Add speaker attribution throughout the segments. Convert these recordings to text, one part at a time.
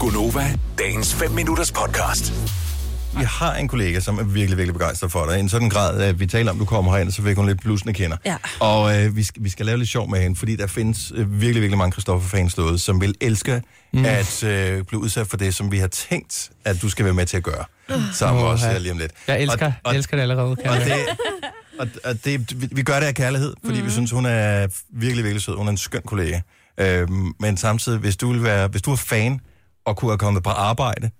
Speaker 1: Gunova, dagens 5 minutters podcast.
Speaker 2: Vi har en kollega, som er virkelig, virkelig begejstret for dig. I en sådan grad, at vi taler om, du kommer herind, og så fik hun lidt blusende kender.
Speaker 3: Ja.
Speaker 2: Og øh, vi, skal, vi skal lave lidt sjov med hende, fordi der findes øh, virkelig, virkelig mange Christoffer-fans derude, som vil elske mm. at øh, blive udsat for det, som vi har tænkt, at du skal være med til at gøre. Sammen med os
Speaker 4: Åha.
Speaker 2: øh, lige om lidt.
Speaker 4: Mm. Jeg elsker,
Speaker 2: og, og,
Speaker 4: elsker det allerede. Kan
Speaker 2: Og
Speaker 4: jeg.
Speaker 2: det, og, og det, vi- vi gør det af kærlighed, fordi mm. vi synes, hun er virkelig, virkelig sød. Hun er en skøn kollega. Øhm, men samtidig, hvis du, vil være, hvis du er fan og kunne have kommet på arbejde,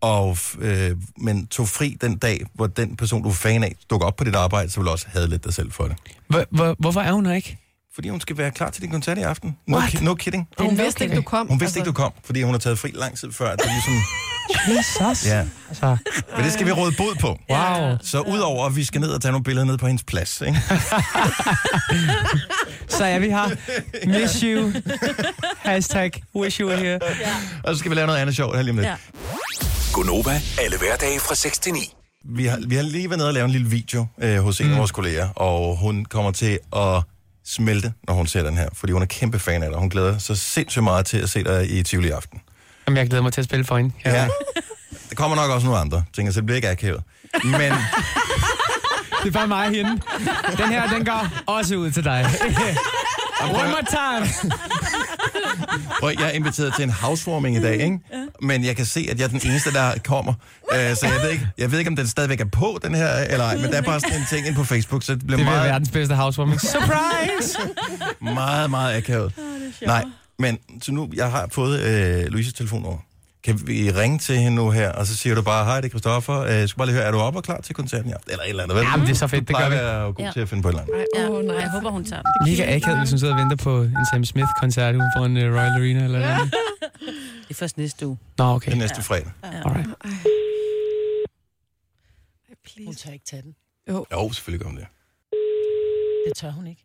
Speaker 2: og, f- øh, men tog fri den dag, hvor den person, du er fan af, dukker op på dit arbejde, så vil du også have lidt dig selv for det.
Speaker 4: Hvor, hvor, hvorfor er hun her ikke?
Speaker 2: Fordi hun skal være klar til din koncert i aften. No,
Speaker 4: What?
Speaker 2: ki- no kidding.
Speaker 3: Hun vidste ikke, du kom.
Speaker 2: Hun
Speaker 4: Altså,
Speaker 2: vidste ikke, du kom, fordi hun har taget fri lang tid før. at Det er ligesom,
Speaker 4: Jesus.
Speaker 2: ja.
Speaker 4: Altså,
Speaker 2: Men det skal vi råde bod på.
Speaker 4: wow.
Speaker 2: Så udover, at vi skal ned og tage nogle billeder ned på hendes plads, ikke?
Speaker 4: Så er vi her. Miss you. Hashtag wish you were here.
Speaker 2: og så skal vi lave noget andet sjovt her lige om lidt.
Speaker 3: Ja.
Speaker 1: Gunova, alle hverdage fra 6 til 9.
Speaker 2: Vi har, vi har lige været nede og lavet en lille video øh, hos en af vores kolleger, og hun kommer til at smelte, når hun ser den her, fordi hun er kæmpe fan af dig. Hun glæder sig sindssygt meget til at se dig i Tivoli i aften.
Speaker 4: Jamen, jeg glæder mig til at spille for hende.
Speaker 2: Ja. Der kommer nok også nogle andre, tænker jeg, så det bliver ikke akavet. Men
Speaker 4: Det er bare mig og hende. Den her, den går også ud til dig. One more time.
Speaker 2: prøv, jeg er inviteret til en housewarming i dag, ikke? men jeg kan se, at jeg er den eneste, der kommer. Øh, så jeg ved, ikke, jeg ved ikke, om den stadigvæk er på, den her, eller ej, men der er bare sådan en ting inde på Facebook, så det bliver
Speaker 4: Det bliver
Speaker 2: meget...
Speaker 4: verdens bedste housewarming. Surprise!
Speaker 2: meget, meget akavet. Nej, men så nu, jeg har fået øh, Louises telefonnummer. Kan vi ringe til hende nu her, og så siger du bare, hej, det er Christoffer. Øh, jeg skal bare lige høre, er du oppe og klar til koncerten i aften? Eller et eller andet, vel?
Speaker 4: Jamen, det er så fedt,
Speaker 2: Du
Speaker 4: det gør
Speaker 2: plejer
Speaker 4: vi.
Speaker 2: at være god
Speaker 3: Ja.
Speaker 2: til at finde på et eller andet.
Speaker 3: Ja,
Speaker 5: Åh, nej.
Speaker 3: jeg håber, hun tager den.
Speaker 4: Mega akavet, hvis hun sidder og venter på en Sam Smith-koncert uden for en uh, Royal Arena eller noget. andet.
Speaker 3: Det er først næste uge.
Speaker 4: Nå,
Speaker 2: Det
Speaker 4: okay.
Speaker 2: er næste fredag.
Speaker 4: Alright.
Speaker 5: Ej,
Speaker 6: Hun
Speaker 5: please.
Speaker 6: tør ikke tage den.
Speaker 2: Jo, selvfølgelig gør hun det.
Speaker 6: Det tør hun ikke.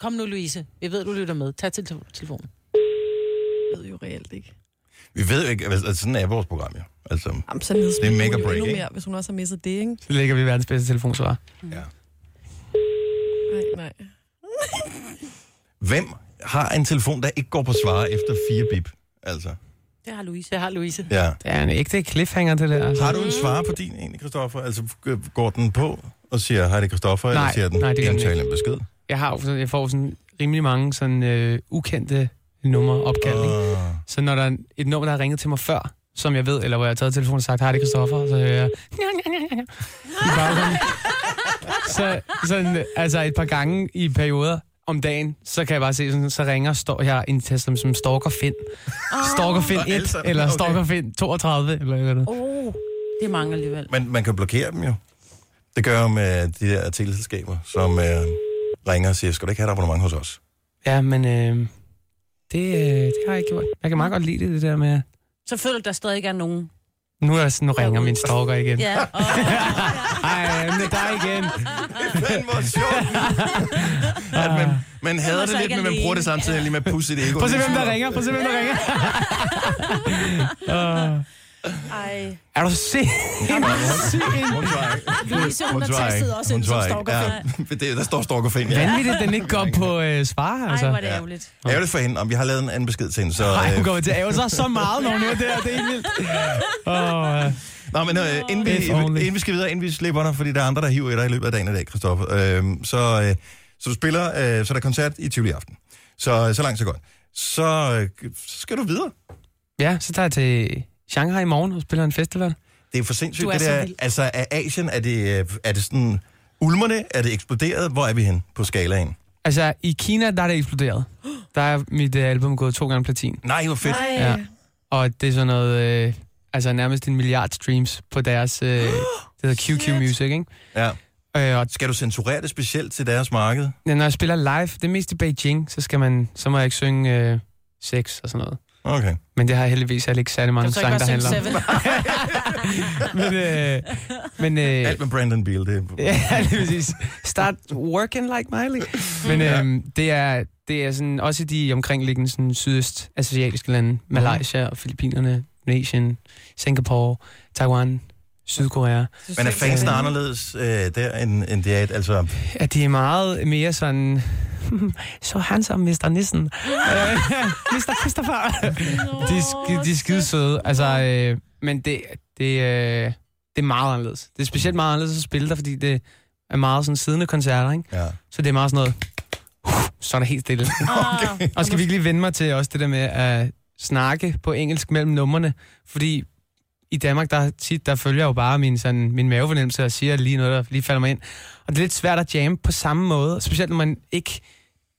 Speaker 6: Kom nu, Louise. Jeg ved, du lytter med. Tag til te- telefonen.
Speaker 5: Jeg ved jo reelt ikke.
Speaker 2: Vi ved jo ikke, altså sådan er vores program jo. Altså,
Speaker 5: Jamen, så det
Speaker 2: er mega break,
Speaker 5: endnu
Speaker 2: ikke?
Speaker 5: mere, hvis hun også har misset det, ikke?
Speaker 4: Så lægger vi verdens bedste telefonsvar.
Speaker 5: Nej, nej.
Speaker 2: hvem har en telefon, der ikke går på svare efter fire bip? Altså,
Speaker 3: Det har Louise.
Speaker 6: Det har Louise.
Speaker 2: ja.
Speaker 4: Det er en ægte cliffhanger, det der. Altså.
Speaker 2: Har du en svare på din egentlig, Christoffer? Altså, g- går den på og siger, hej, det er Christoffer, eller
Speaker 4: Nej,
Speaker 2: siger den,
Speaker 4: nej, det gør den
Speaker 2: ingen
Speaker 4: ikke.
Speaker 2: tale en besked?
Speaker 4: Jeg, har, jo sådan- jeg får sådan rimelig mange sådan, øh, ukendte numre opkald. ikke?
Speaker 2: Åh.
Speaker 4: Så når der er et nummer, der har ringet til mig før, som jeg ved, eller hvor jeg har taget telefonen og sagt, har det Kristoffer? Og så hører jeg... I baggrunden. så sådan, altså et par gange i perioder om dagen, så kan jeg bare se, sådan, så ringer står jeg en test som, som Stalker Finn. Stalker Finn
Speaker 2: Og alle
Speaker 4: 1,
Speaker 2: sammen,
Speaker 4: eller
Speaker 2: okay.
Speaker 4: Stalker Finn 32, eller et eller andet.
Speaker 3: Oh, det er mange alligevel.
Speaker 2: Men man kan blokere dem jo. Det gør jo med de der teleselskaber, som øh, ringer og siger, skal du ikke have et abonnement hos os?
Speaker 4: Ja, men øh, det, øh, det har jeg ikke gjort. Jeg kan meget godt lide det, det der med,
Speaker 3: Så føler du, der stadig ikke er nogen.
Speaker 4: nu, er, sådan- nu ringer min stalker igen.
Speaker 3: Ja, og
Speaker 4: Ej, men det er dig igen.
Speaker 2: Men hvor sjovt! at man, man hader
Speaker 3: man
Speaker 2: det
Speaker 3: så
Speaker 2: lidt,
Speaker 3: ikke
Speaker 2: men man
Speaker 3: alene.
Speaker 2: bruger det samtidig lige med at pusse det ego.
Speaker 4: Prøv at se, hvem der ringer. Prøv at se, hvem der ringer. uh,
Speaker 3: ej,
Speaker 4: er du sindssyg?
Speaker 2: Hun svarer ikke.
Speaker 6: Louise, hun,
Speaker 2: Hun
Speaker 6: har
Speaker 2: svarer
Speaker 6: tastet
Speaker 2: ikke.
Speaker 6: også
Speaker 2: Hun
Speaker 6: ind som
Speaker 2: svarer ikke.
Speaker 6: stalker. Ja.
Speaker 2: Ja, det- der står stalkerfing. Ja.
Speaker 4: Vanvittigt, at den ikke går på øh, spare, altså.
Speaker 3: ej, hvor er det
Speaker 2: Ja.
Speaker 3: ærgerligt.
Speaker 2: Ærgerligt for hende, om vi har lavet en anden besked til hende. Så,
Speaker 4: Ej, hun
Speaker 2: øh,
Speaker 4: kommer til at ære sig så meget, når hun er der. Det er helt vildt. Åh, øh.
Speaker 2: Nå, men øh, inden, vi,
Speaker 4: If only.
Speaker 2: inden vi skal videre, inden vi slipper dig, fordi der er andre, der hiver i dig i løbet af dagen i dag, Christoffer. Øh, så, øh, så du spiller, øh, så er der koncert i Tivoli i aften. Så, så langt, så godt. Så, øh, så skal du videre.
Speaker 4: Ja, så tager jeg til Shanghai i morgen og spiller en festival.
Speaker 2: Det er for sindssygt,
Speaker 6: Du er
Speaker 2: det
Speaker 6: så
Speaker 2: der.
Speaker 6: vild.
Speaker 2: Altså, er Asien, er det, øh, er det sådan ulmerne? Er det eksploderet? Hvor er vi hen på skalaen?
Speaker 4: Altså, i Kina, der er det eksploderet. Der er mit øh, album gået to gange platin.
Speaker 2: Nej, hvor fedt.
Speaker 5: Nej.
Speaker 4: Ja. Og det er sådan noget, øh, altså nærmest en milliard streams på deres, øh, det hedder QQ
Speaker 5: Shit.
Speaker 4: Music, ikke?
Speaker 2: Ja.
Speaker 4: Øh, og
Speaker 2: Skal du censurere det specielt til deres marked?
Speaker 4: Ja, når jeg spiller live, det er mest i Beijing, så, skal man, så må jeg ikke synge øh, sex og sådan noget.
Speaker 2: Okay.
Speaker 4: Men det har jeg heldigvis heller ikke særlig mange
Speaker 6: Du tør ikke
Speaker 4: sange, der
Speaker 6: bare
Speaker 4: handler
Speaker 6: synge
Speaker 4: om.
Speaker 6: Seven.
Speaker 4: men øh, men øh,
Speaker 2: Alt med Brandon Beal, det er...
Speaker 4: ja, det er præcis. Start working like Miley. Men øh, det, er, det er sådan, også i de omkringliggende sådan, sydøstasiatiske lande, Malaysia og Filippinerne, Indonesien, Singapore, Taiwan, Sydkorea,
Speaker 2: Men er fansene anderledes øh, der, end, end det er? et- Altså,
Speaker 4: at de er meget mere sådan "Hmm, så handsome Mr. Nissen. Øh, Mr. Christopher. De, er sk- de er skide søde. Altså, øh, men det, det, øh, det er meget anderledes. Det er specielt meget anderledes at spille der, fordi det er meget sådan siddende koncerter, ikke?
Speaker 2: Ja.
Speaker 4: Så det er meget sådan noget, uh, så er der helt stille.
Speaker 3: Okay.
Speaker 4: Og skal vi ikke lige vende mig til også det der med at snakke på engelsk mellem numrene? Fordi i Danmark, der, tit, der følger jeg jo bare min, sådan, min mavefornemmelse og siger lige noget, der lige falder mig ind. Og det er lidt svært at jamme på samme måde, specielt når man ikke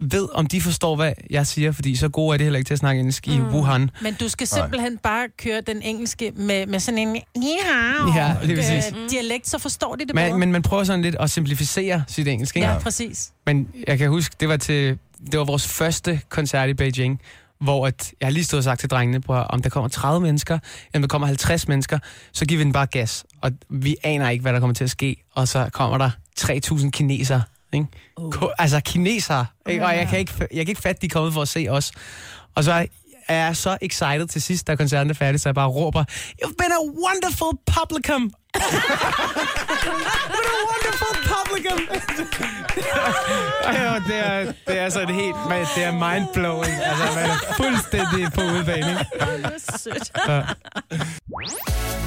Speaker 4: ved, om de forstår, hvad jeg siger, fordi så gode er det heller ikke til at snakke engelsk mm. i Wuhan.
Speaker 6: Men du skal simpelthen bare køre den engelske med, med sådan en
Speaker 4: Ja, lige præcis.
Speaker 6: øh, dialekt, så forstår de det bedre.
Speaker 4: Man, men man prøver sådan lidt at simplificere sit engelsk, ikke?
Speaker 6: ja, præcis.
Speaker 4: Men jeg kan huske, det var, til, det var vores første koncert i Beijing, hvor at, jeg har lige stod og sagt til drengene, på, om der kommer 30 mennesker, eller om der kommer 50 mennesker, så giver vi den bare gas. Og vi aner ikke, hvad der kommer til at ske. Og så kommer der 3.000 kinesere. Ikke? Oh. Ko- altså kinesere. Ikke? Og jeg kan, ikke, jeg kan ikke fatte, de er kommet for at se os. Og så er jeg så excited til sidst, da koncerten er færdig, så jeg bare råber, You've been a wonderful publicum! What a wonderful publicum! Ej, og det er, det er sådan helt, man, det er mindblowing. Altså, man er fuldstændig på udbaning.